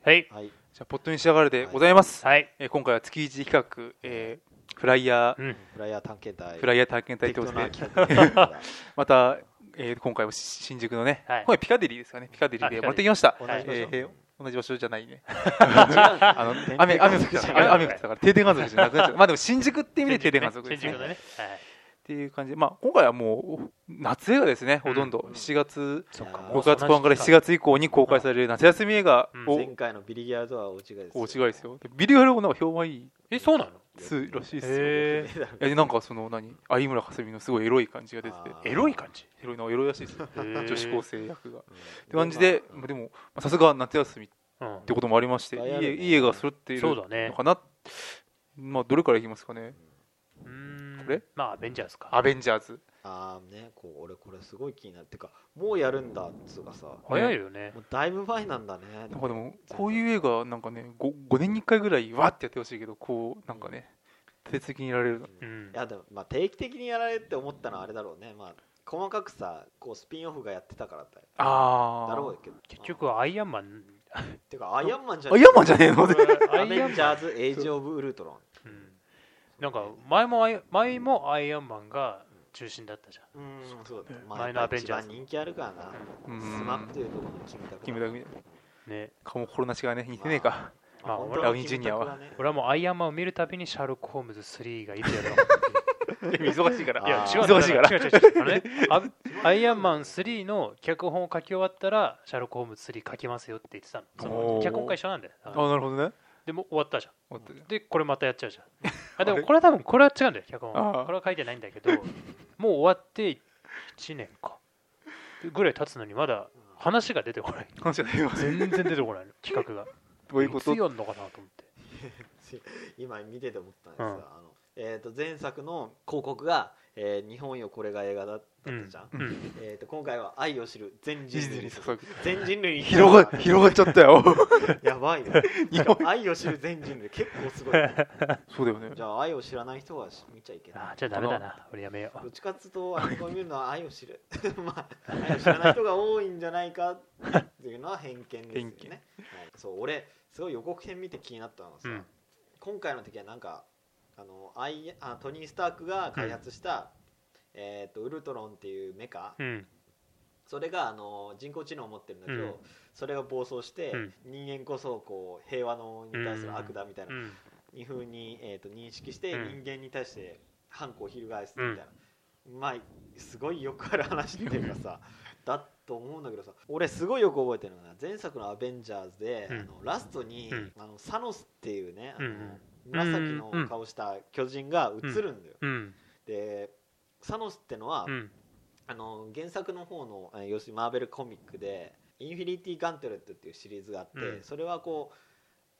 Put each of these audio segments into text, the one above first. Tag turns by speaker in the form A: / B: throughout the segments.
A: はい。
B: はい。
C: じゃあ、ポットに仕上がれでございます。
A: はい。
C: えー今回は月一企画、えーフライヤー、
A: うん。
B: フライヤー探検隊。
C: フライヤー体験隊
B: 適
C: という
B: 当
C: こと
B: な
C: で、
B: 企画ですから
C: また、えー今回はし新宿のね、
A: はい
C: 今回ピカデリーですかね、ピカデリーで
A: あ
C: もらってきました。
B: 同
A: はい
B: じ場所
C: えーえー同じ場所じゃないね。
B: あ
C: あの雨雨が降ってきたから、雨雨が降ってきたから停電観測じゃなくなっちゃう。まあでも新宿って意味で停電観測です
A: 新
C: ね。
A: 宿だね。
C: っていう感じで、まあ今回はもう夏映画ですね、ほとんど
B: うん
C: 7月
B: そっか
C: 6月後半から7月以降に公開される夏休み映画を、
B: 前回のビリギャルとは大違いです。
C: お違いです。よ。でビリヤルもなんか評判いい
A: え、そうなの
C: つらしいですよ。
A: へー
C: いやでなんかその何有村架純のすごいエロい感じが出てて
B: あー
A: エロい感じ。
C: エロいのエロいらしいですよ
A: へー
C: 女子高生役が。っ
B: うん
C: て感じで、
B: うん
C: まあでもまあさすが夏休みっ
A: うん。
C: てこともありまして、い
B: いっぱいあるね
C: いいい映画が揃っている
A: そう
C: の
A: だね。
C: かな、まあどれからいきますかね、
A: う
C: これ
A: ん。まあ、アベンジャーズか。
C: アベンジャーズ、
B: ああね、こう俺これすごい気になってか、もうやるんだっつうかさ、も
A: 早いよね。
B: うだいぶ前なんだね。
C: なんかでもこういう映画、なんかね 5, 5年に1回ぐらい、わーってやってほしいけど、こうなんかね、定期的にいられるの、
A: う
B: うんい。やでもまあ定期的にやられるって思ったのはあれだろうね。まあ細かくさ、こうスピンオフがやってたからだよ。
C: あー
B: だろうけど。
A: 結局はアイアンマン。
B: てかアイアンマンじゃ
C: あ、ヤマンじゃねえの
B: ア
A: アイ
B: ベ
A: ア
B: ン
A: ン
B: ジ
A: マン。
B: ャーズエイジオブウルトロン。
A: うんなんか、前もアイ、前もアイアンマンが中心だったじゃん。
B: うん、そうだね。
A: 前のアベンジャーズ
B: まあやっぱ一番人気あるからな。
C: うん
B: スマップというところのキムタク。
C: キムタクみたい
A: ね。
C: かもコロナ違うね、似てねえか。
A: まあ
B: 本当の
C: ラウンジュニアは
B: キムタクだね
A: 俺はもうアイアンマンを見るたびにシャーロック・ホームズ3がいつやるの
C: 忙しいか
B: あ
C: ら。
B: ー
A: いや違う
C: 忙しいから
A: 違う違う違うあのねあアイアンマン3の脚本を書き終わったらシャーロック・ホームズ3書きますよって言ってたのそ
C: お
A: の
C: ー
A: 脚本会社なんだよ
C: あ、
A: あの
C: なるほどね。
A: でも終わったじゃん
C: 終わったじゃん
A: でこれまたやっちゃうじゃんあで
C: あ
A: も
C: れ
A: これは多分これは違うんだよ脚本
C: あー
A: これは書いてないんだけどもう終わって1年かぐらい経つのにまだ話が出てこない
C: 話が出ます。
A: 全然出てこないの企画が
C: どういうこ
A: つ
C: と
A: やんのかなと思って
B: 今見てて思ったんです
A: う
B: が、
A: ん
B: あのえー、と前作の広告が、えー日本よこれが映画だった
A: うん
B: じゃん、
A: うん
B: えー、と今回は愛を知る全人
C: 人類
B: 類
C: に注ぐ。
B: 全人類に
C: 広が、広がっちゃったよ。
B: やばいな愛を知る全人類結構すごいね
C: そうだよね。
B: じゃあ愛を知らない人はし見ちゃいけない
A: あーじゃあダメだな俺やめよう
B: どっちかっつうとあれこれ見るのは愛 を知るまあ愛を知らない人が多いんじゃないかっていうのは偏見ですよね
C: 偏見
B: はい、そう俺すごい予告編見て気になったのはさ、
A: うん
B: 今回の時はなんかあのアイあトニー・スタークが開発した、えー、とウルトロンっていうメカ、
A: うん
B: それがあの人工知能を持ってるんだけど、
A: うん
B: それが暴走して、
A: うん
B: 人間こそこう平和のに対する悪だみたいな
A: うん
B: いうふうに、えー、と認識して
A: うん
B: 人間に対して反抗を翻すみたいな、まあすごいよくある話っていうかさだと思うんだけどさ俺すごいよく覚えてるのが前作の「アベンジャーズで」
A: うん
B: あのラストに、
A: うん
B: あのサノスっていうねあの、
A: うんうん
B: 紫の顔した巨人が映るんだよ。
A: うん
B: でサノスってのは、
A: うん
B: あの原作の方のえー要するにマーベルコミックで「インフィニティ・ガントレット」っていうシリーズがあって、
A: うん
B: それはこ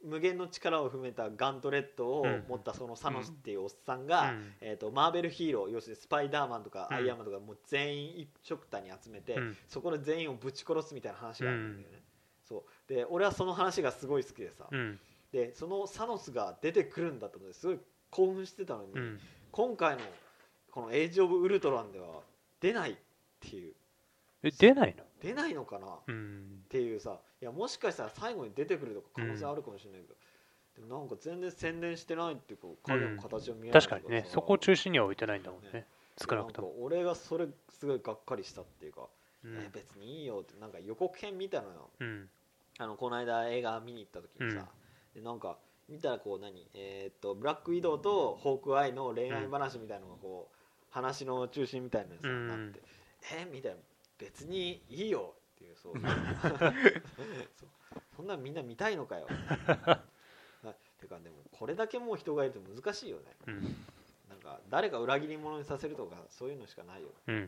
B: う無限の力を含めたガントレットを
A: うん
B: 持ったそのサノスっていうおっさんが、
A: うん
B: えー、とマーベルヒーロー要するにスパイダーマンとか
A: うん
B: アイアンマンとかもう全員一緒くたに集めて、
A: うん
B: そこで全員をぶち殺すみたいな話があるんだよね。そうで俺はその話がすごい好きでさ、
A: うん
B: でそのサノスが出てくるんだったのですごい興奮してたのに、
A: うん
B: 今回のこの「エイジ・オブ・ウルトラン」では出ないっていう
A: え出ないの
B: 出ないのかなっ
A: うん
B: ていうさいやもしかしたら最後に出てくるとか可能性あるかもしれないけど、でもなんか全然宣伝してないっていうか影の形を見えない
A: 確
B: と
A: か
B: さ
A: にねそこを中心には置いてないんだもんね
B: ね
A: 少なくとも
B: んか俺がそれすごいがっかりしたっていうか、
A: うん
B: え別にいいよってなんか予告編見たのよ
A: うん
B: あのこの間映画見に行った時にさ、でなんか見たらこう何えーっとブラックウィドウとホークアイの恋愛話みたいなのがこう、話の中心みたいなのにさ、
A: うん
B: なってえみたいな別にいいよっていうそう そうそんなんみんな見たい のかよなてかでもこれだけもう人がいると難しいよね
A: うん
B: なんか誰か裏切り者にさせるとかそういうのしかないよ、
A: うん
B: え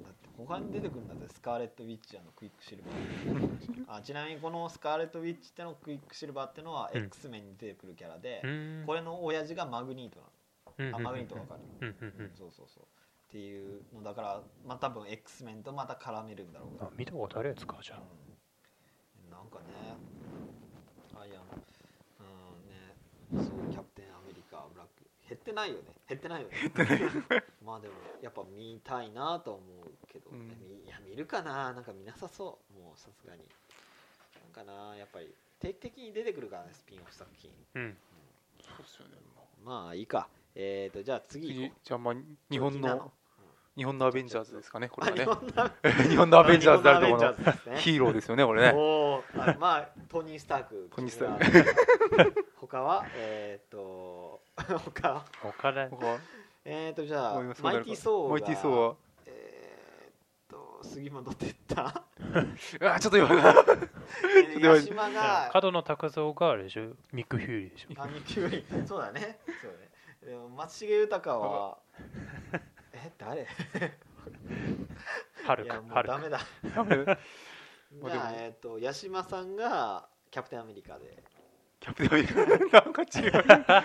B: ーだって他に出てくるんだぜスカーレット・ウィッチのクイックシルバ ーあちなみにこのスカーレット・ウィッチってのクイックシルバーってのは
A: うん
B: X メンに出てくるキャラ
A: う
B: で、
A: ん
B: これの親父がマグニート
A: うんう
B: なの、
A: ん
B: あマグニートわかる、
A: うんうんう
B: うん
A: ん
B: そうそうそうっていうのだからまあ多分 X メンとまた絡めるんだろうから
A: あ見たことあるやつかじゃあ
B: うんなんかね、アイアン、うんね、そう、キャプテンアメリカ、ブラック、減ってないよね、減ってないよね。まあでも、やっぱ見たいなとは思うけどね、
C: うん
B: みいや、見るかな、なんか見なさそう、もうさすがに。かなやっぱり定期的に出てくるからねスピンオフ作品
A: うん
C: そうですよねも
B: まあいいかえーとじゃあ
C: う
B: 次行
C: 次
B: こう
C: じゃあまあ日本
B: 沖縄
C: の日本のアベンジャーズですかねこれ
B: あ日
C: は
B: 本の
C: ね日本のアベンジャーズであるとこ
B: 日本のア
C: ろ
B: ベンジャーズで
C: の
B: すね
C: ヒーローですよねこれね
B: おーあまあトニー・スターク
C: トニースター
B: ク他はえっ、ー、と他は
A: 他だ
C: 僕は
B: えっ、ー、とじゃあ
C: 思います
B: マイティー・ソーが
C: マイティーソーは
B: えっ、ー、と杉本哲太
C: あーちょっと今が
B: えー
C: では
B: 八島が
A: 角野卓造があれでしょミック・ヒューリーでしょ
B: 神木よりそうだねそうだねでも松重豊 はえ誰
A: ハル
B: い
A: ク
B: やも
A: ハ
B: う
A: ル
B: ダメ
A: ク
B: だ
C: まあ
B: じ
C: でも
B: ゃあえっ、ー、と八島さんがキャプテンアメリカで
C: キャプテンアメリカ なんか違う
B: ダメ
C: あ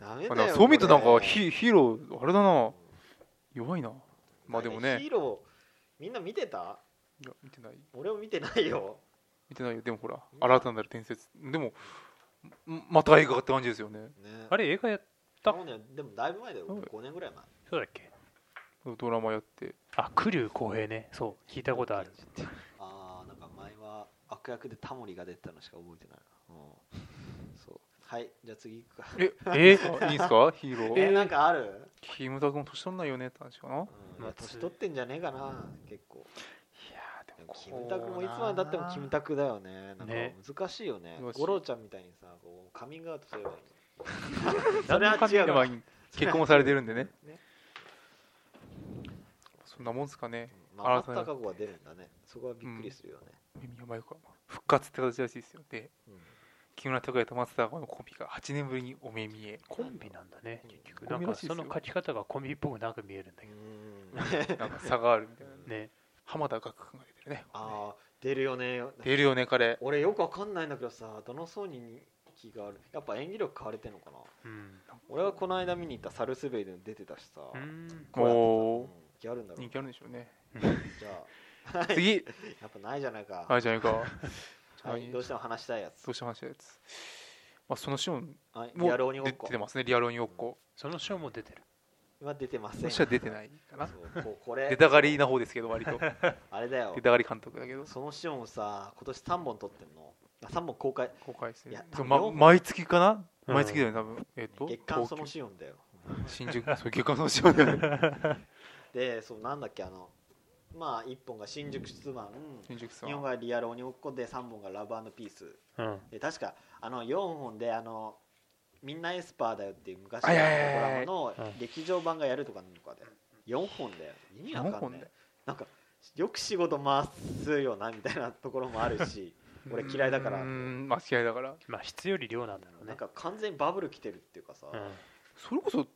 B: だ
C: なん
B: よ
C: かそう見るとなん
B: こ
C: か
B: れ
C: ヒヒーローあれだな弱いなまあでも
B: ヒ
C: ね
B: ーローみんな見てた
C: いや見てない
B: 俺も見てないよ
C: 見てないよでもほら新たなる伝説でもんまた映画って感じですよね
B: ね
A: あれ映画やった
B: そうねでもだいぶ前だよ
C: うん
B: 5年ぐらい前
A: そうだっけ
C: ドラマ やって
A: あクリュウ浩平ねそう聞いたことある
B: ああなんか前は悪役でタモリが出てたのしか覚えてないなうんそうはいじゃあ次行くか
C: え
A: え
C: あいいんすかヒーロ
B: え
C: ー
B: なんかある、
C: キムタクも年取んないよねって話かな
B: うん、いや
A: 松
B: 年取ってんじゃねえかな結構
C: いやー
B: でもキムタクもいつまでたってもキムタクだよねなんか
A: ね
B: 難しいよね
C: 難しい
B: 五郎ちゃんみたいにさこうカミングアウトすればいい
A: 何の関係
B: それは違うわ
C: まあ結婚もされてるんでね
B: ね
C: そんなもんすかね
B: まあ、あ
C: 新たな
B: った覚悟が出るんだねそこはびっくりするよね、
C: 宮前子は復活って形らしいですよで
B: うん
C: 木村拓哉と松田のコンビが8年ぶりにお目見え
A: コンビなんだね結局
C: コ
A: な
C: ン
A: ん
C: ビら
A: か
C: しいですよ
A: その書き方がコンビっぽくなく見えるんだけ
B: うー
C: なん
B: ん
C: か差があるみたいな
A: どね
C: 浜田岳君が出てるね
B: ああ出るよね
C: 出るよね彼
B: 俺よくわかんないんだけどさどの層に気があるやっぱ演技力変われてんのかな
A: うん
B: 俺はこの間見に行ったサルスベイでも出てたしさ
A: うーん
B: こうやってさう
C: おー
B: ん気あるんだろう
C: 人気あるんでしょうね
B: じゃあ
C: 次
B: やっぱないじゃないか、
C: あれじゃないか
B: は
C: はい
B: い、どうしても話したいやつ
C: どうして話したやつまあそのシーン
B: はい
C: も
B: リアル鬼ご
C: 出
B: っこ
C: てますねリアル鬼ごっこ
A: その賞も出てる
B: 今出てません
C: そしたら出てないかな
B: そうここれ
C: 出たがりな方ですけど 割と
B: あれだよ
C: 出たがり監督だけど
B: そのシオンさ今年3本撮ってんのあ3本公開
C: 公開して
B: い
C: る
B: や
C: そう
B: 多
C: ま
B: 分
C: 毎月かな、
A: うん
C: 毎月だよね多分えっ、と
B: 月刊その
C: 東
B: シオンだよ
C: 京新宿そう月間そのシーンだ よね
B: でそうなんだっけあのまあ1本が新宿出版、
C: 新宿さ
B: 日本
C: ん
B: がリアル鬼ごっこで3本がラブピース
A: うん
B: で確かあの4本であのみんなエスパーだよっていう昔の
C: あ
B: ド
C: いやいやいや
B: ラマの
A: うん
B: 劇場版がやるとかなんとかで4本だよ意味わ
C: 四
B: かん
C: 本
B: ない
C: で
B: なんかよく仕事回すよなみたいなところもある し俺嫌いだから
C: うーんまあ嫌いだから
A: まあ質より量なんだろう
B: なん
A: ね
B: か完全にバブル来てるっていうかさ、
A: うん
C: それこそ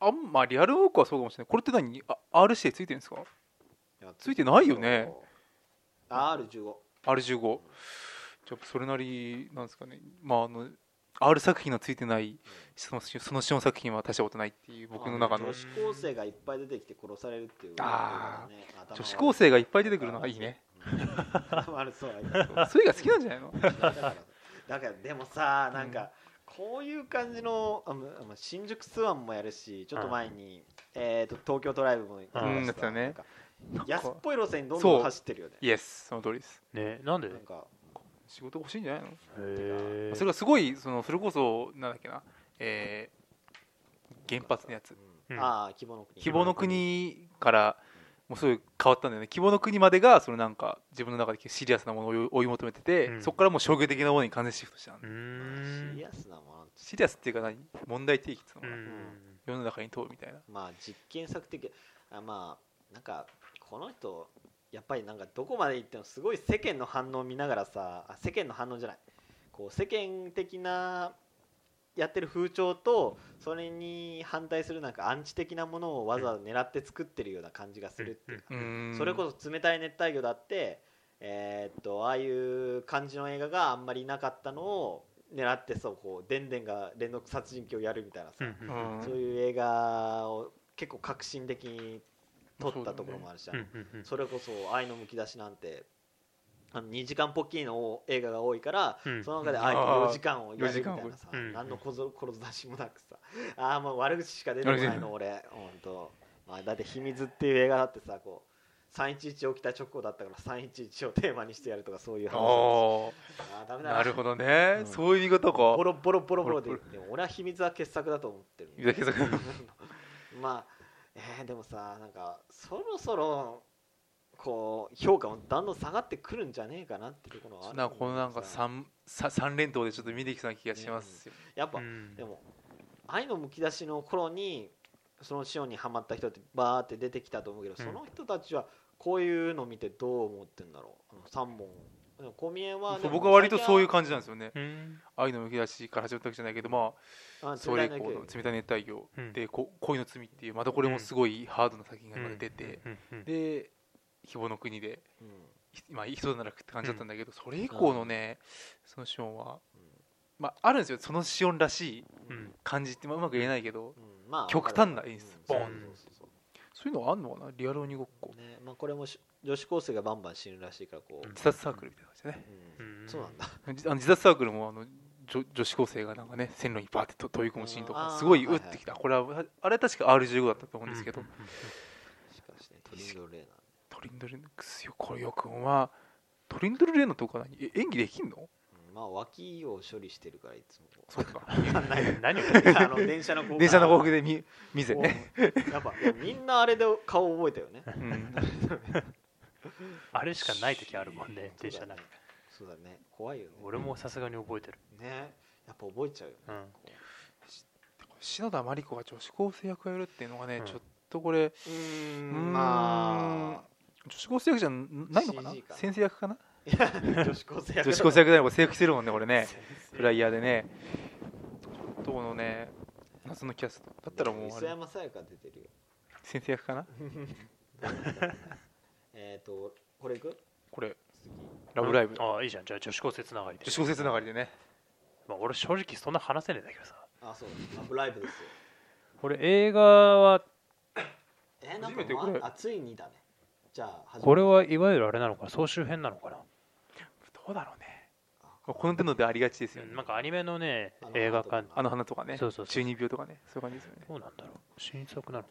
C: あんまあリアルウォークはそうかもしれないこれって何あ RCA ついてるんですか
B: いや
C: ついてないよね
B: あ R15
C: R15 じゃあそれなりなんですかねまああの R 作品のついてないそのそのシオン作品は大したことないっていう僕の中
B: あ
C: の
B: 女子高生がいっぱい出てきて殺されるっていう
C: あ
B: ね
C: 女子高生がいっぱい出てくるのはいいね
B: 頭悪そう頭悪そう
C: そういうが好きなんじゃないの
B: だからだからでもさなんかこういう感じのあまあ新宿スワンもやるしちょっと前に、えー、と東京ドライブもやりました
C: うんや
B: な
C: っ
B: ん
C: て
B: か安っぽい路線にどん
C: そ
B: ど
C: うん
B: 走ってるよね
C: イエスその通りです
A: ねなんで
B: なんか
C: 仕事欲しいんじゃないの
A: へえ
C: それがすごいそのそれこそなんだっけな、えー原発のや
B: う
C: つ
B: ん
A: うん
B: ああ希望の国
C: 希望の国からもうすごい変わったんだよね希望の国までがそのなんか自分の中でシリアスなものを追い追い求めてて、
A: うん
C: そこからもう商業的なものに完全シフトしたんだ
A: うー
B: シ
A: ん
B: リアスなもの
C: シリアスっていうか何問題提起っていう
A: う
C: のかな、
A: ん
C: 世の中に問うみたいな
B: まあ実験作的あまあなんかこの人やっぱりなんかどこまで行ってもすごい世間の反応を見ながらさあ世間の反応じゃないこう世間的なやってる風潮とそれに反対するなんかアンチ的なものをわざわざ狙って作ってるような感じがするっていうか
C: うーん
B: それこそ冷たい熱帯魚だってえーっとああいう感じの映画があんまりなかったのを狙ってそうこうでんでんが連続殺人鬼をやるみたいなさ、
A: うんうんうん
B: そういう映画を結構革新的に撮ったところもあるじゃん、
A: うんうんうん
B: それこそ「愛のむき出し」なんてあの2時間ポッキリの映画が多いから、
A: うん
B: その中であえて4時間をやるみたいなさ、
A: うんうん
B: 何のこぞ転ざしもなくさああもう悪口しか出てこないの俺本当、まあ、だって「秘密」っていう映画だってさこう311起きた直後だったから311をテーマにしてやるとかそういう話あ
C: あ
B: あーダ
C: あ
B: メだ
C: なるほ
B: ど
C: どね、
B: うん
C: そういう見方か
B: ボロボロボロボロで
C: ボロ
B: でも俺は秘密は傑作だと思ってる
C: いや傑作
B: まあえーでもさなんかそろそろこう評価もだんだん下がってくるんじゃねえかなってところはある
C: なんかこのなんか
B: さ
C: 三三三連投でちょっと見ていきそうな気がしますよ、
B: やっぱ、
A: うん
B: でも愛のむき出しの頃にそのシオンにはまった人ってバーって出てきたと思うけど、その人たちはこういうの見てどう思ってんだろうあの三本でも小宮は
C: そう僕は割とそういう感じなん
B: す
C: ですよね
A: うん
C: 愛のむき出しから始まったわけじゃないけどまあそれ以降の「冷たい熱帯魚」
A: うん
C: でこ「恋の罪」っていうまたこれもすごいハードな作品が今出て、
A: うんうん
C: で「希望の国で」まあいい人だなくって感じだったんだけど、それ以降のねそのシオンは、まあ、あるんですよそのシオンらしい
A: うん
C: 感じって、まあ、うまく言えないけど
B: うんまあ
C: 極端な演出
B: わかるわ
A: ボン
B: そうそうそう
C: そういうのあんのかなリアル鬼ごっこ
B: ねまあ、これもし女子高生がバンバン死ぬらしいからこう、
A: うん
C: 自殺サークルみたいな感じでね
B: う
A: うんん
B: そうなんだ
C: じあの自殺サークルもあの女女子高生がなんかね線路にバーってと飛び込むシーンと
B: あ
C: か
B: ー
C: すごい
B: は
C: う
B: い
C: っ
B: はい
C: てきたこれはあれは確か R15 だったと思うんですけど、
A: うんうん
B: しかしねトリンドルレーナ
C: トリンドルですよこれよくんはトリンドルレーのとこは何え演技できんの
B: ー、うんまあ脇を処理してるからいつも
C: そうか
B: わかんない
A: 何を
B: あの電車の広告
C: 電車の広告で見見せね、
B: やっぱいやみんなあれで顔覚えたよね
C: うん、
A: あれしかない時あるもんね電車なんか
B: そうだね怖いよね
A: 俺もさすがに覚えてる
B: ねやっぱ覚えちゃうよね、
A: うん
B: こ
C: 篠田麻里子が女子高生役をやるっていうのがね、
A: うん
C: ちょっとこれ
B: ううー
C: うーん
B: んま
C: 女子高生役じゃないのかな
B: CG か
C: 先生役かな
B: あいや 女子高生役だ
C: 女子高生役であれば制服してるもんね俺ねフライヤーでねちょっとこのね謎のキャストだったらもうあ
B: 磯
C: れ
B: 山さやか出てるよ
C: 先生役かな
B: えっとこれいく
C: これ
B: 次
C: 「ラブライブ」女
A: ああいいじゃんじゃあ女子高生つながりで
C: 子高生つながりでね
A: まあ俺正直そんな話せねえんだけどさ
B: あそうラブライブですよ
A: 俺映画は
B: えー、なん
C: 初めてこ
B: か
C: れ
B: まあついにだねじゃあ始め
A: これはいわゆるあれなのかな総集編なのかな
C: どうだろうねこの手のでありがちですよね
A: なんかアニメのね
B: あの
A: 映画館
C: あの花とかね
A: そうそうそう
C: 中二病とかねそういう感じですよね
A: どうなんだろう新作なのか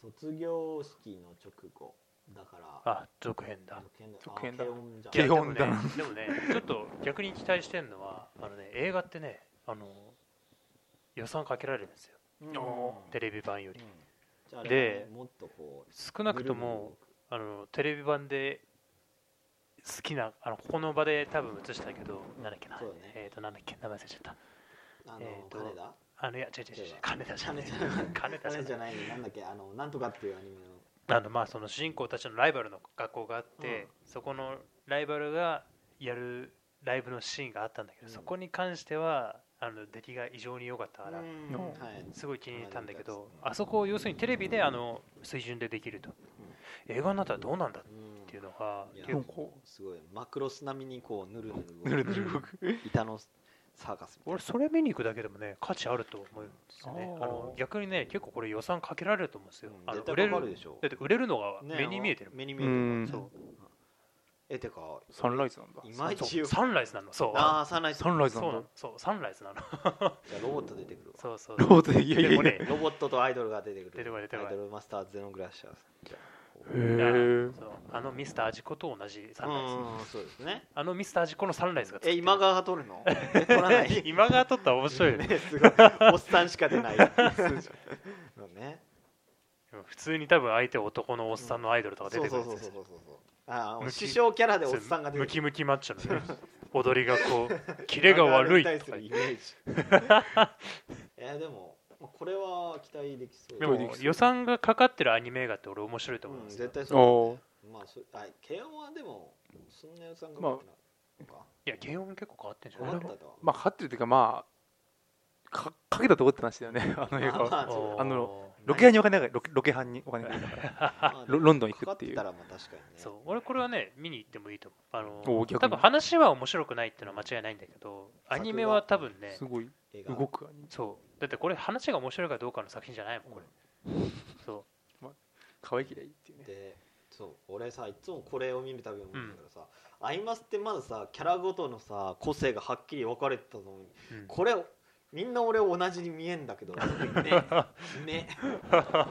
B: 卒業式の直後だから
A: なあ続編だ
B: 続
C: 続編だ
B: あ軽音じゃん
A: いや
C: 軽音だ
A: でもねでもねちょっと逆に期待してるのはあのね映画ってねあの予算かけられるんですよ
B: うん
C: お
A: テレビ版より
B: うんじゃあ
A: で
B: でもっとこう
A: 少なくともあのテレビ版で好きなあのここの場で多分映したけどなんだっけな、
B: そうだね
A: えっ、となんだっけ名前忘れちゃった
B: あの、
A: えーと
B: 金田
A: あのいや違う違う違う金田じゃね
B: 金
A: え金田じゃ
B: 田じゃない金
A: ね
B: じゃないなんだっけあのなんとかっていうアニメの
A: あのまあその主人公たちのライバルの学校があって、そこのライバルがやるライブのシーンがあったんだけど、
B: うん
A: そこに関してはあの出来が異常に良かったから、
B: うん
C: うん
B: はい
A: すごい気に入ったんだけど、
B: うん
A: あそこを要するにテレビであの水準でできると、映画になったらどうなんだっ
B: うん
A: ていうのが
B: いや
A: 結構
C: こ
B: すごいマクロス並みにこうぬるぬる
C: ぬるぬ
B: 動
C: る動く
B: く板のサーカスみたい
A: 俺それ見に行くだけでもね価値あると思うんですよね
C: あー
A: あの逆にね結構これ予算かけられると思うんですよ、
B: な
A: あ
B: う
A: の
B: ん
A: 売れ
B: 絶対かかる
A: る
B: でしょ
A: だって売れるのが
B: ね
A: 目に見えてるもん、
B: 目に見えてる
C: う
B: そ
C: ん
B: うえてか
C: サンライズなんだ
B: いまい
A: そう
B: ちよ
A: サンライズなのそう
B: ああサンライズ
C: サンライズ
A: そう
C: な
A: なん
C: だ
A: のそうサンライズなの
B: じゃあロボット出てくるわ
A: そうそう
C: ロボットでいやいや
A: で
C: い
A: も
C: やへ
A: ね
B: ロボットとアイドルが出てくる
A: 出てこない出てこない
B: アイドルマスターゼノグラッシャーさんじゃあ
C: え
A: そうあのミスター味子と同じサンライズ、
B: うんそうですね
A: あのミスター味子のサンライズが作っ
B: え
A: てる
B: 今川が撮 るのえ撮らない
A: 今が撮った ら面白いよね
B: ねすごいおっさんしか 出ない そうね
A: 普通に多分相手男のおっさんのアイドルとか出
B: そう
A: てくる
B: そうんそう
A: です
B: そう
A: よ
B: そうそうああ
A: ムキ
B: 師匠キャラでおっさんが出て
A: ム
B: く
A: キ
B: る
A: ムキマッチョのね 踊りがこうキレが悪い
B: 我々に対
A: と
B: す
A: か
B: るイメージ えーでもまあこれは期待できそう
A: で
C: で
A: も
C: も
A: 予算がかかってるアニメ映画って俺面白いと思う
B: うんん
A: ですよ
B: 絶、対
C: お
B: そう
C: お
B: まあそあ慶応はでもそんな予算がかかってないのか
A: いや原音結構変わってんじゃ
B: 分
A: な
B: か
A: い
B: ったとは
C: まあかかってるというかまあかかけたとこって話だよねあの映画
B: ま
C: は
B: あそう
A: おー
C: あのロケ班にお金がロケロケ班にお金がかかるから
B: まあ
C: ロロンドン行くっていう
B: かかってたらまあ確かにね
A: そう俺これはね見に行ってもいいと思うあ
C: お
A: の
C: ー逆に
A: 多分話は面白くないっていうのは間違いないんだけどアニメは多分ね
C: すごい
B: 映画
C: 動くアニメ
A: そうだってこれ話が面白いかどうかの作品じゃないもんこれそ
C: 可愛いきらいいっていうね
B: でそう俺さいつもこれを見るたびに思うんだけどさ、アイマスってまださキャラごとのさ個性がはっきり分かれてたのに
A: う、うん
B: これみんな俺同じに見えんだけ どねね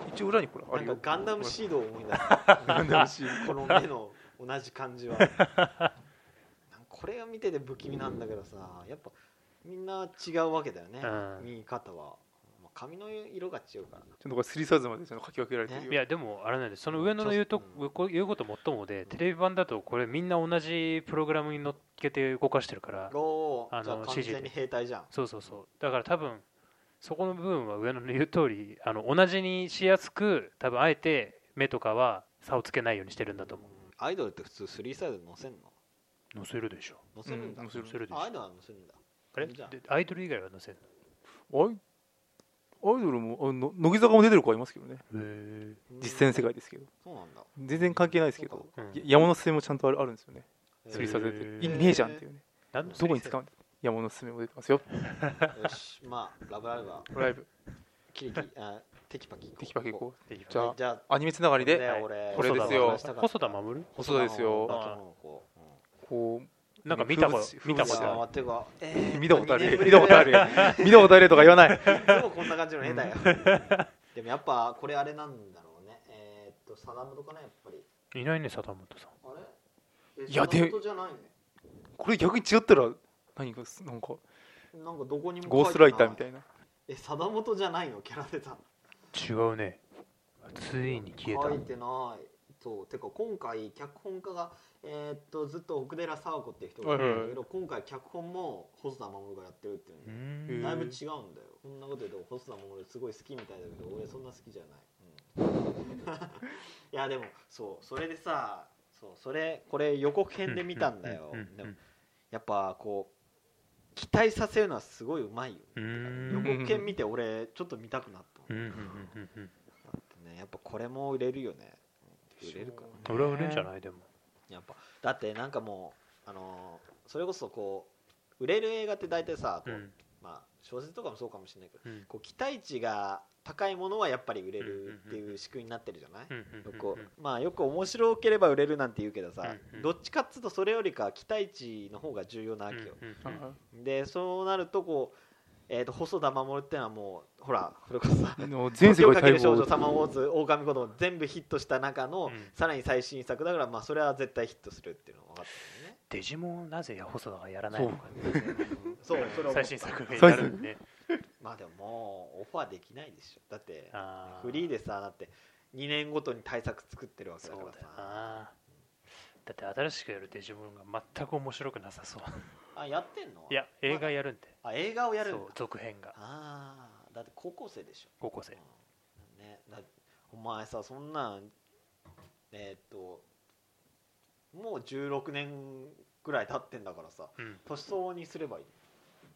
C: 一応裏にこれあ
B: な
C: る
B: ん
C: よ
B: かガンダムシードを思い出す
C: ガンダムシー
B: この目の同じ感じはなんかこれを見てて不気味なんだけどさやっぱみんな違うわけだよね、
A: うん
B: 見方は、まあ髪の色が違うからな
C: ちょっとこれスリーサイズまでちょっと書き分けられてるよ、
A: いやでもあれなんでその上野の言うと
B: うん
A: こう言うこともっともでテレビ版だとこれみんな同じプログラムに乗っけて動かしてるから
B: おー
A: あの
B: じゃあ完
A: CG
B: 全に兵隊じゃん
A: そうそうそうだから多分そこの部分は上野の言う通りあの同じにしやすく多分あえて目とかは差をつけないようにしてるんだと思
B: うんアイドルって普通スリーサイズ載せんの
A: う載せるでしょ
B: 載せるんだ、
C: うん載
A: 載せるでし
B: あア
A: ょ
B: イドルは載せるんだ
A: あれ
B: じゃあ
A: でアイドル以外は載せる
C: アイアイドルもあの乃木坂も出てる子はいますけどね
A: のへえ
C: 実践世
B: 界
C: 界ですけど
B: そうなんだ
C: 全然関係ないですけど、
A: うん
C: や山のすすめもちゃんとあるあるんですよね
B: えー
C: スリーサイズ出てる
A: へ
C: い
A: ー
C: ねえじゃんっていうね
A: 何の
C: どこに使うんだ山のすすめも出てますよ
B: よしまあラブライブは
C: ライブ
B: キリ キリあテキパキ
C: テキパキこう
A: じ
C: じ
A: ゃ
C: ゃあ
B: じゃあ
C: アニメつながりで
B: ね
A: はい
B: 俺
C: これですよ
B: 話したかった
A: 細田守
C: 細田ですよ
B: 化け物の子うん
C: こ
A: なんか見たこ
C: 風
A: と
C: 物
A: 見
B: いや
A: たことある
B: ー
C: 風物
B: っていうか、え
C: う見たことあ る見
B: た
C: たことある見たことあるとか言わない
B: でもこんな感じの絵だよ。 でもやっぱこれあれなんだろうね。えーっと、サダムとかね、やっぱり。
A: いないね貞本さん
B: あれえ
C: いやで
B: 貞本じゃないね。
C: これ逆に違ったら何かすなんか
B: なんかどこにも
C: ゴーストライターみた
B: いな。
C: いな
B: え、サダムとじゃないのキャラ出た。
A: 違うねついに消
B: 書
A: え
B: いてない。そうてか今回脚本家が、えーっとずっと奥寺佐和子っていう人がいるんだけど、今回脚本も細田守がやってるっていうね
A: たう
C: へ
A: ん
B: だいぶ違うん
C: ー
B: だよこんなこと言うと細田守すごい好きみたいだけど俺そんな好きじゃない、うん いやでもそうそれでさそうそれこれ予告編で見たんだよ
A: ううん
B: でもやっぱこう期待させるのはすごいうまいよ
A: う
B: 予
A: ん
C: 横
B: 告編見て俺ちょっと見たくなった、
A: うんうんうん
B: だ
A: うんうん
B: ってねやっぱこれも売れるよね売れるかな
A: 俺は売れんじゃないでも
B: やっぱだってなんかもうあのーそれこそこう売れる映画って大体さ、こう
A: うん
B: まあ小説とかもそうかもしれないけど
A: うん
B: こう期待値が高いものはやっぱり売れるっていう仕組みになってるじゃない、
A: うんうんうんうん
B: こうまあ、よく面白ければ売れるなんて言うけどさ、
A: うんうん
B: どっちかっつうとそれよりか期待値の方が重要なわけよ、
A: うんうんうん
C: あ
B: でそうなるとこう、えー、と細田守ってのはもうほらそれこそさ
C: の
B: 「
C: 全世
B: 東京
C: 界
B: かけ
C: 待
B: る少女
C: 望
B: サマーウォーズ狼子供」全部ヒットした中の、
A: うん
B: さらに最新作だから、まあ、それは絶対ヒットするっていうのが分かっ
A: デジモンをなぜ細田がやらないのか
B: たよね そうそれは思った
A: 最新作になるんで
B: まあでももうオファーできないでしょだって
A: あ
B: フリー
A: で
B: でさだって2年ごとに対策作ってるわけ
A: そ
B: だ
A: う
B: から
A: だよ
B: さ
A: なだって新しくやるデジモンが全く面白くなさそう
B: あやってんの
A: いや映画
B: や
A: やるんで
B: あ映画をやるん
A: そ
B: だ
A: う続編が
B: ああだって高校生でしょ
A: 高校生
B: うんねだお前さそんなんえーっともう16年ぐらい経ってんだからさ
A: うん
B: 年相応にすればいい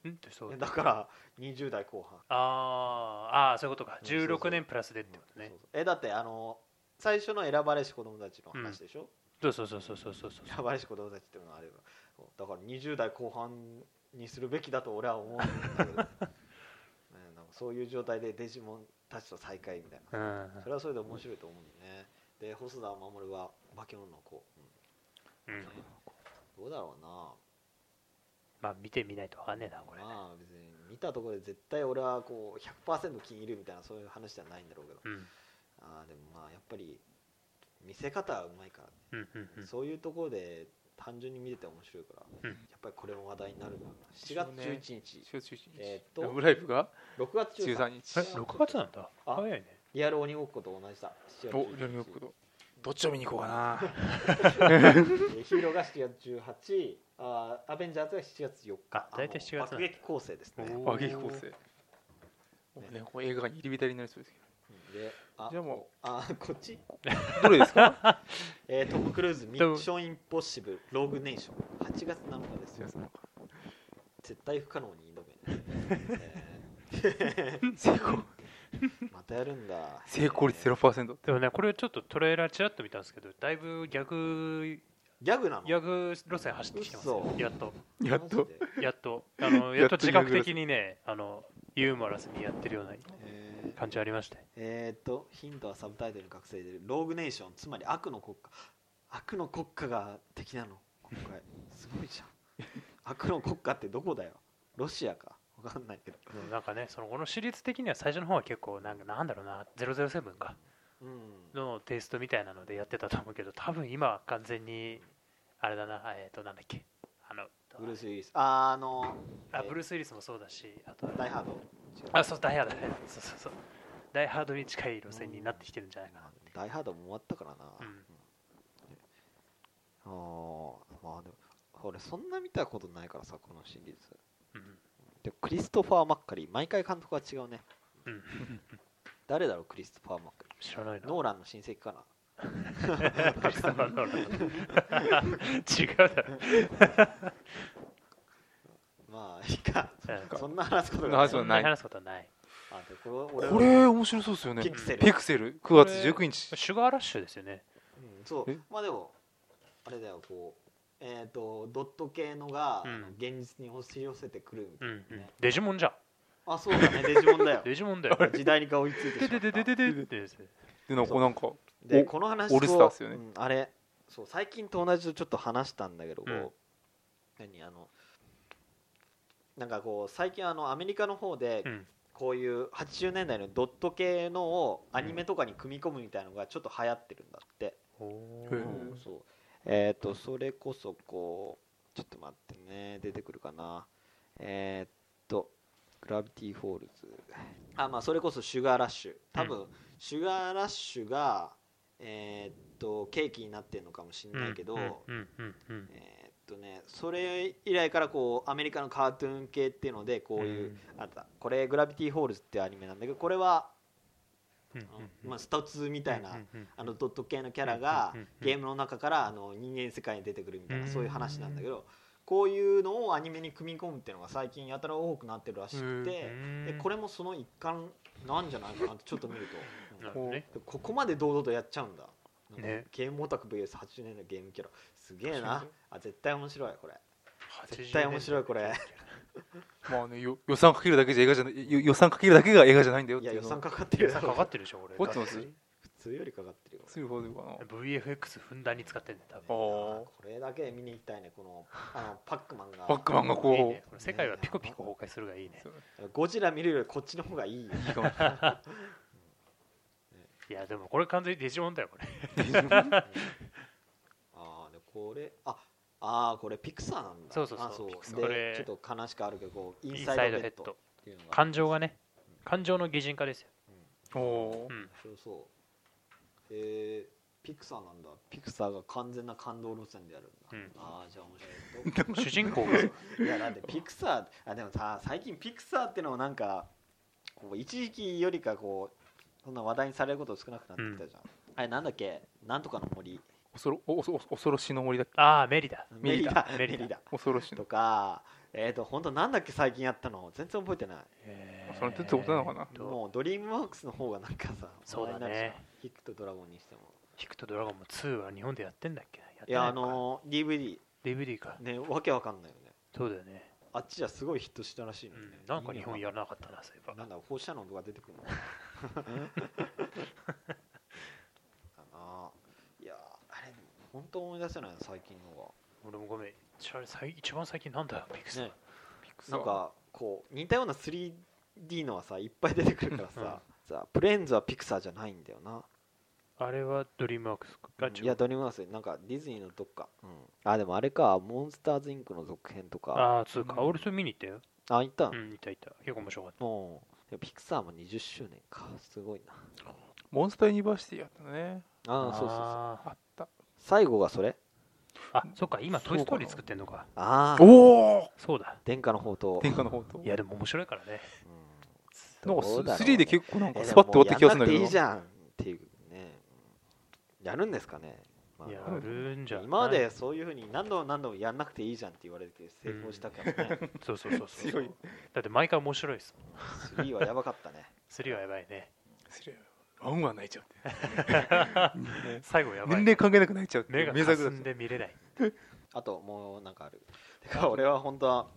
A: うんってそう
B: だから20代後半
A: あーあーそういうことか
B: うんそうそう
A: 16年プラスでってことね
B: そうそうえだってあの最初の選ばれし子供たちの話でしょ、
A: そうそうそうそうそうそうそう
B: やばいし子供たちっていうのがあればだから20代後半にするべきだと俺は思うんだ けど、ね、なんかそういう状態でデジモンたちと再会みたい
A: う
B: な
A: ん
B: それはそれで面白いと思うんだよねで細田守は化け物の子、
A: う
B: うん
A: ん
B: ねどうだろうな
A: まあ見てみないとわかんねえなこれ
B: まあ別に見たところで絶対俺はこう100%気に入るみたいなそういう話じゃないんだろうけど
A: うん
B: あーでもまあやっぱり見せ方はうまいからね
A: うんうんうん
B: そういうところで単純に見てて面白いから、
A: うん
B: やっぱりこれも話題になるな7
C: そうね
B: 月11日、えーっと
C: ラブライブが
B: 6月13
C: 13
B: 日
C: 日
A: え6月なんだ
B: あ
A: 早いね
B: リアル鬼ごっこと同じだ7月
C: お
B: 11日
C: ジョニー・ロックとどっちを見に行こうかな
B: えーヒーローが7月18日あーアベンジャーズが7月4日
A: あ大体
B: あの
A: 7月なんだ
B: 爆撃構成ですね
A: おー
C: 和劇構成もうねこう映画館に入り浸りになりそうですけ
B: であ
C: じゃあも
B: うあーこっち、
C: どどれですか
B: えートム・クルーズミ
A: でも
B: ッション・インポッシブルローグ・ネーション8月7日ですよ絶対不可能に挑め、え
C: 成功
B: ーまたやるんだ
C: 成功率0%
A: でもねこれちょっとトレーラーちらっと見たんですけどだいぶ逆
B: ギャグなの
A: 逆路線走ってきてますよ
B: 嘘
A: やっと
C: やっ
B: マ
C: と
B: ジで
A: やっとあのや
C: や
A: っ
C: っ
A: と
C: と
A: 自覚的にねあのユーモラスにやってるような
B: えー
A: 感じありまして
B: えーっとヒントはサブタイトルに隠されているローグネーションつまり悪の国家悪の国家が敵なの今回すごいじゃん悪の国家ってどこだよロシアか、わかんないけど、
A: でもなんかねそのこのシリーズ的には最初の方は結構なんかなんだろうな007か
B: うん、
A: のテイストみたいなのでやってたと思うけど多分今は完全にあれだなえっ、となんだっけあの
B: ブルース・ウィリスあーあの
A: あブルース・ウィリスもそうだしあとあれ
B: ダイハード違う
A: あそうダイハードだねそうそうそうダイハードに近い路線になってきてるんじゃないかな
B: ダイハードも終わったからな、
A: うん
B: ああまあでも俺そんな見たことないからさこのシリーズ
A: うん
B: でもクリストファー・マッカリー毎回監督は違うね
A: うん
B: 誰だろうクリストファー・マッカリ
A: 知らない
B: ー
A: の
B: ノーランの親戚かな
A: クリストファーノーラン違うだろ
B: まあいいか
A: うん
B: そんな話すこと
C: 話す
A: そ
C: こと
A: ん
C: ない
A: なに話すことはない
B: あでこれ俺
C: これ面白そうですよね
B: ピクセル
C: ピクセル9月19日
A: シュガーラッシュですよね
B: うんそ
C: え
B: うまあでもあれだよこうえっ、とドット系のが、
A: うん
B: あの現実に押し寄せてくるみた
A: う
B: い
A: ん
B: な、
A: う
B: ね
A: んデジモンじゃん
B: あそうだねデジモンだ よ
A: デジモンだよ
B: 時代にが追いついてしま
A: ででで
B: った
A: でででで
C: でなんかなんか
B: で
C: お
B: この話
C: オールスターっすよね
B: うんあれそう最近と同じとちょっと話したんだけど、こう
A: うん
B: 何あのなんかこう最近あのアメリカの方で
A: うん
B: こういう80年代のドット系のをアニメとかに組み込むみたいのがちょっと流行ってるんだって、
A: お
C: へ
A: ー
C: ーうん
B: そうえっ、とそれこそこうちょっと待ってね出てくるかなえっ、とグラビティフォールズあまあそれこそシュガーラッシュ多分、シュガーラッシュがえっ、とケーキになってるのかもしれないけど、
A: うんうんうん
B: えーっとね、それ以来からこうアメリカのカートゥーン系っていうのでこういう、あったこれ「グラビティ・ホールズ」っていうアニメなんだけどこれは、
A: うん
B: あのまあ、スタツみたいな、あのドット系のキャラ
A: う
B: が
A: んうんうん
B: ゲームの中からあの人間世界に出てくるみたいな
A: うん
B: そういう話なんだけどこういうのをアニメに組み込むっていうのが最近やたら多くなってるらしくてでこ
A: れ
B: れもその一環なんじゃないかなってちょっと見ると。うん
A: なるほどね
B: でここまで堂々とやっちゃうんだなんか
A: ね
B: ゲームオタク VS80 年代ゲームキャラすげえ
C: 確か
B: な
C: に
B: あ絶対面白いこれ
A: 絶
B: 絶対面白いこれ
C: まあねよ予算かけるだけじゃ映画じゃないよ予算かけるだけが映画じゃないんだよっ
B: い
C: て
B: や
C: いう
B: 予
C: の
B: 算
C: を
B: かかってる
A: 予
B: よ
A: 算かかってるでしょ俺
C: こっちのやつ
A: だって
B: 普通よりかかってるよ
C: そういう方でいいかな
A: VFX ふんだんに使ってんだよ多分
C: あ
B: これだけ見に行きたいねこのあのパックマンが
C: あバックマンがこう
A: いいねこれ世界はピコピコ崩壊するがいいね
B: ゴジラ見るよりこっちの方がいいよ
C: いいかも
A: いやでもこれ完全にデジモンだよこれ
B: ああでこれああーこれピクサーなんだ
A: そうそうそう
B: あそう
A: ピクサー
B: で
A: これ
B: ちょっと悲しくあるけどこうイ
A: イ
B: ン
A: ン
B: サ
A: サ
B: イ
A: イ
B: ド
A: ドヘ
B: ヘッ
A: ッ
B: ド
A: ド
B: っていうのが
A: 感情がね感情の擬人化ですよ
C: おお
A: う
C: ー
A: ん
B: そうそうへえピクサーなんだピクサーが完全な感動路線でやるんだ、
A: うん
B: ああじゃあ面白い
A: 主人公が
B: いやだってピクサーあでもさ最近ピクサーってのもなんかこう一時期よりかこうそんな話題にされること少なくなってきたじゃん、あれなんだっけなんとかの森
C: 恐ろおおお恐ろしの森だっけ
A: ああメリだ
B: メリダ
A: メ
B: メ
A: リ
B: リ
A: ダ
B: ダ
C: 恐ろし
B: と
C: の
B: かえっ、と本当なんだっけ最近やったの全然覚えてない
C: それってってことなのかな
A: えーと
B: もうドリームワークスの方がなんかさ
A: そうだね
B: 話題になるじゃんヒックとドラゴンにしても
A: ヒクとドラゴンも2は日本でやってんだっけって
B: い
A: なの
B: や
A: か
B: あの DVD
A: DVD か
B: ねわけわかんないよね
A: そうだよね
B: あっちじゃすごいヒットしたらしいの
A: う
B: にね
A: ん、なんか日本やらなかったなそういえば
B: なんだ放射能とか出て くるのだないやーあれ本当思い出せないの最近の
A: 俺もごめん知らない最一番最近なんだピク
B: が
A: サー
B: ねなんかこう似たような 3D のはさいっぱい出てくるからさ、さプレーンズはピクサーじゃないんだよな
A: あれはドリームワークスかあ違う
B: いやドリームワークスなんかディズニーのどっか、うん、あでもあれかモンスターズインクの続編とか
A: ああそうか
C: うん
A: 俺それ見に行ったよ
B: あ行ったの、
A: うんいたいた結構面白かっ
B: もうでもピクサーも20周年かすごいな
C: モンスターユニバーシティやったね
A: た
B: ああそうそうそう
A: あ
C: あった
B: 最後がそれ
A: ーあそっか今
C: そ
A: トイ・
C: うかな
A: ストーリー作ってんのか
B: ああ
C: おお
A: そうだ
B: 殿下の宝刀
C: 天下の方と
A: いやでも面白いからね
C: なんか
B: どうだろう
C: ス3で結構なん
B: え
C: か
B: で
C: スパ
B: も
C: ッと終わった気がするんだけ
B: もうやなくていいじゃんっ
C: ど
B: ていうねうんやるんですかね、まあ
A: やるんじゃない
B: 今までそういうふうに何度も何度もやんなくていいじゃんって言われて成功したから ね、
A: そうそうそうそう
C: 強い
A: だって毎回面白いですもん
B: 3はやばかったね
A: 3はやばいね
C: スリーワンワン泣いちゃうって
A: 最後やばい
C: 年齢関係なく泣いちゃうって
A: 目
C: いう
A: が
C: 名作だ
A: 霞
C: っ
A: ん
C: た
A: で見れない
B: あともうなんかあるてか俺は本当は